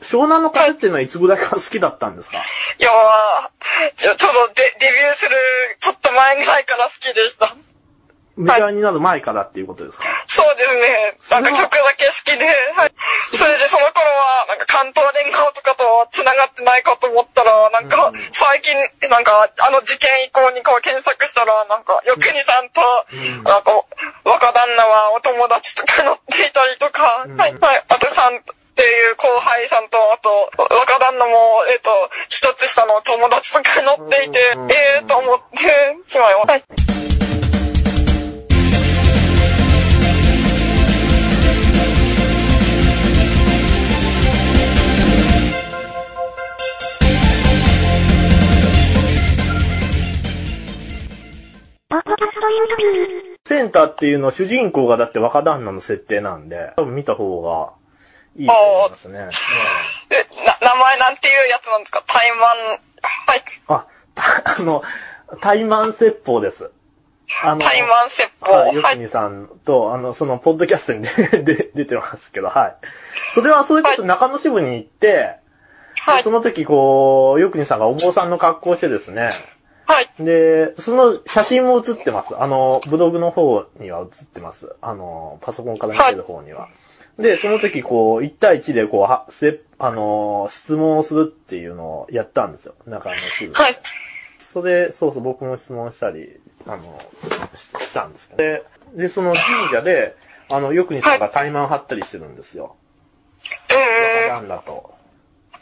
湘南の風っていうのはいつぐらいから好きだったんですかいやー、ちょちょうどデデビューするちょっと前ぐらいから好きでした。メジャーになる前からっていうことですか、そうですね。なんか曲だけ好きで、はい。それでその頃は、なんか関東連合とかと繋がってないかと思ったら、なんうかん最近、なんかあの事件以降にこう検索したら、なんか、よくにさんと、うんなんか、若旦那はお友達とか乗っていたりとうか、んはい、はい、あとさんっていう後輩さんと、あと、若旦那も、えっ、と、一つ下の友達とか乗っていてうん、ええー、と思ってしまいます。はいセンターっていうのは主人公がだって若旦那の設定なんで、多分見た方がいいと思いますね。うんえ、な、名前なんていうやつなんですかタイマン、はい。あ、たあの、怠慢説法です。あの、タイマン説法。はい、よはくい。にさんと、あの、その、ポッドキャストにで で出てますけど、はい。それは、それこそ中野支部に行って、はいそ。の時、こう、よくにさんがお坊さんの格好をしてですね、はい。で、その写真も写ってます。あの、ブログの方には写ってます。あの、パソコンから見てる方には。で、その時、こう、1対1で、こう、は、せ、あの、質問をするっていうのをやったんですよ。中野支部で。はい。それ、そうそう、僕も質問したり、あの、ししたんですけど。で、でその神社で、あの、よくにさんが怠慢張ったりしてるんですよ。うーん。なんだと。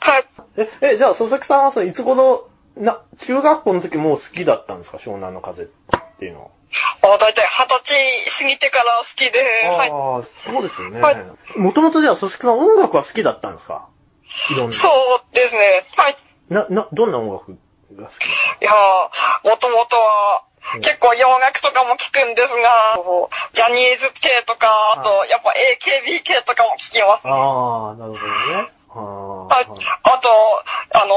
はい。え、え、じゃあ、佐々木さんはそのいつ頃、な、中学校の時もう好きだったんですか湘南の風っていうのは。あ、だいたい二十歳過ぎてから好きで、はい。ああ、そうですよねはい。もともとじゃあ、佐々木さん音楽は好きだったんですかいろんな。そうですね。はい。な、な、どんな音楽が好きですかいやー、もともとはうん、結構洋楽とかも聞くんですが、こうジャニーズ系とか、あと、やっぱ AKB 系とかも聞きます。ああ、なるほどね。あはい。あと、あの、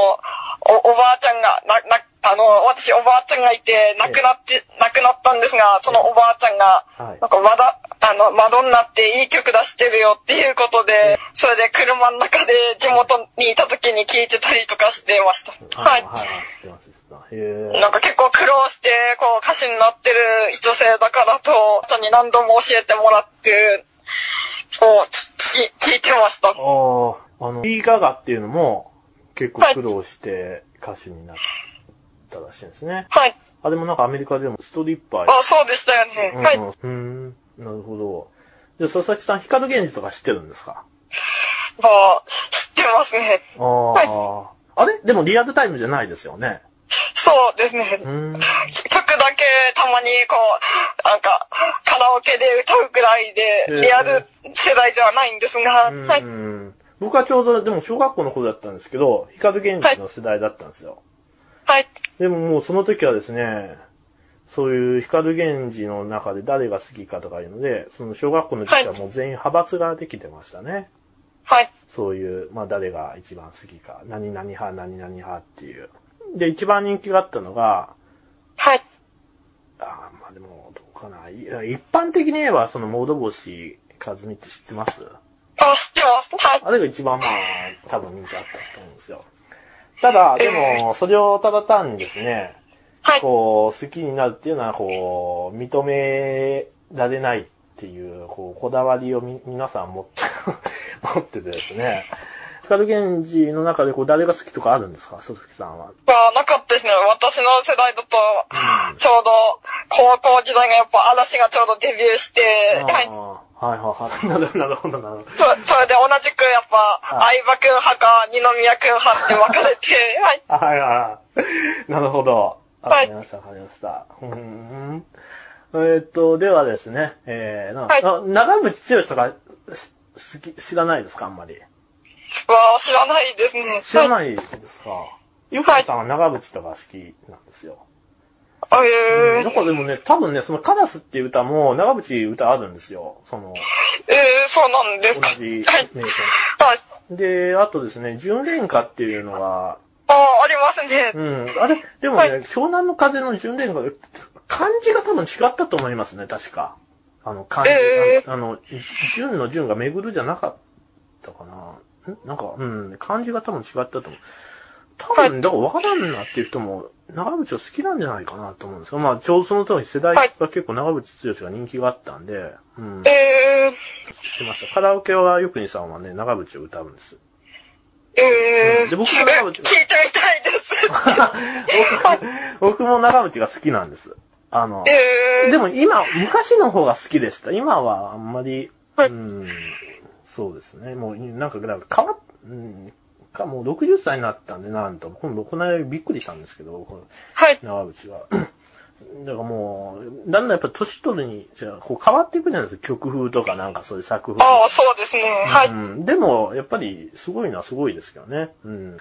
お、おばあちゃんが、な、な、あの、私おばあちゃんがいて、亡くなって、亡くなったんですが、そのおばあちゃんが、はいなんかまだ、あの、マドンナっていい曲出してるよっていうことで、それで車の中で地元にいた時に聴いてたりとかしてました。あはい。はい、知ってます、知ってます。へえ。なんか結構苦労して、こう歌手になってる女性だからと、人に何度も教えてもらって、こう、聞き聞いてました。ああ、あの、リーガガっていうのも結構苦労して歌手になったらしいんですね。はい。あ、でもなんかアメリカでもストリッパーあ、そうでしたよね。はい。うんうん、うーん、なるほど。じゃあ、佐々木さん、光源氏とか知ってるんですかまあ、知ってますね。ああ、あれでもリアルタイムじゃないですよね。そうですね。うーん。曲だけたまにこう、なんか、カラオケで歌うくらいへえで、リアル世代ではないんですが、うはい。はい。ーん僕はちょうど、でも小学校の頃だったんですけど、光源氏の世代だったんですよ。はい。でももうその時はですね、そういう光源氏の中で誰が好きかとかいうので、その小学校の時はもう全員派閥ができてましたね。はい。そういう、まあ誰が一番好きか、何々派、何々派っていう。で、一番人気があったのが、はい。あーまあでも、どうかな。いや一般的に言えば、その、モード星和美って知ってますあ、知ってます。はい。あれが一番まあ、多分人気あったと思うんですよ。ただ、でも、それをただ単にですね、はい。こう、好きになるっていうのは、こう、認められないっていう、こう、こだわりをみ、皆さん持って、 持っててですね。光源氏の中で、こう、誰が好きとかあるんですか佐々木さんは。は、なかったですね。私の世代だと、うんちょうど、高校時代がやっぱ嵐がちょうどデビューして、はい。あーはいはい はい。なるほど、なるほど、なるほど。そそれで同じくやっぱ、は相葉くん派か二宮くん派って分かれて、はい。あはいはい。な るほど。あわはかいりました、わかりました。うーん。えーっと、ではですね、えー、なはいあ長渕剛とか、し好き、知らないですかあんまり。わあ、知らないですね。知らい。ないですか。ゆはかいさんは長渕とか好きなんですよ。あうえんーだ、からでもね、多分ね、そのカラスっていう歌も長渕歌あるんですよ。その、えー、そうなんです同か。はい。じ名称。はい。で、あとですね、純恋歌っていうのが、ああ、ありますね。うん。あれ、でもね、はい湘南の風の純恋歌で、漢字が多分違ったと思いますね、確か。あの、漢字、えあの、あの純の純が巡るじゃなかったかな。んなんか、うん、漢字が多分違ったと思う。多分、だから分からんなっていう人も、長渕は好きなんじゃないかなと思うんですよ。まあ、ちょうどその当時世代はいが結構長渕剛が人気があったんで、うん、知っえー、てました。カラオケはよくにさんはね、長渕を歌うん です。えー、で僕も多分聞いてみた いです。僕僕も長渕が好きなんです。あの、えー、でも今、昔の方が好きでした。今はあんまり、はいうーん、そうですね。もう、なんか、なんか変わっ、うん、か、もう60歳になったんで、なんと、今度、この間びっくりしたんですけど、このはい。長渕 が。だからもう、だんだんやっぱ年取るに、じゃあこう変わっていくじゃないですか。曲風とかなんかそういう作風。ああ、そうですね。はい。うん、でも、やっぱり、すごいのはすごいですけどね。うん。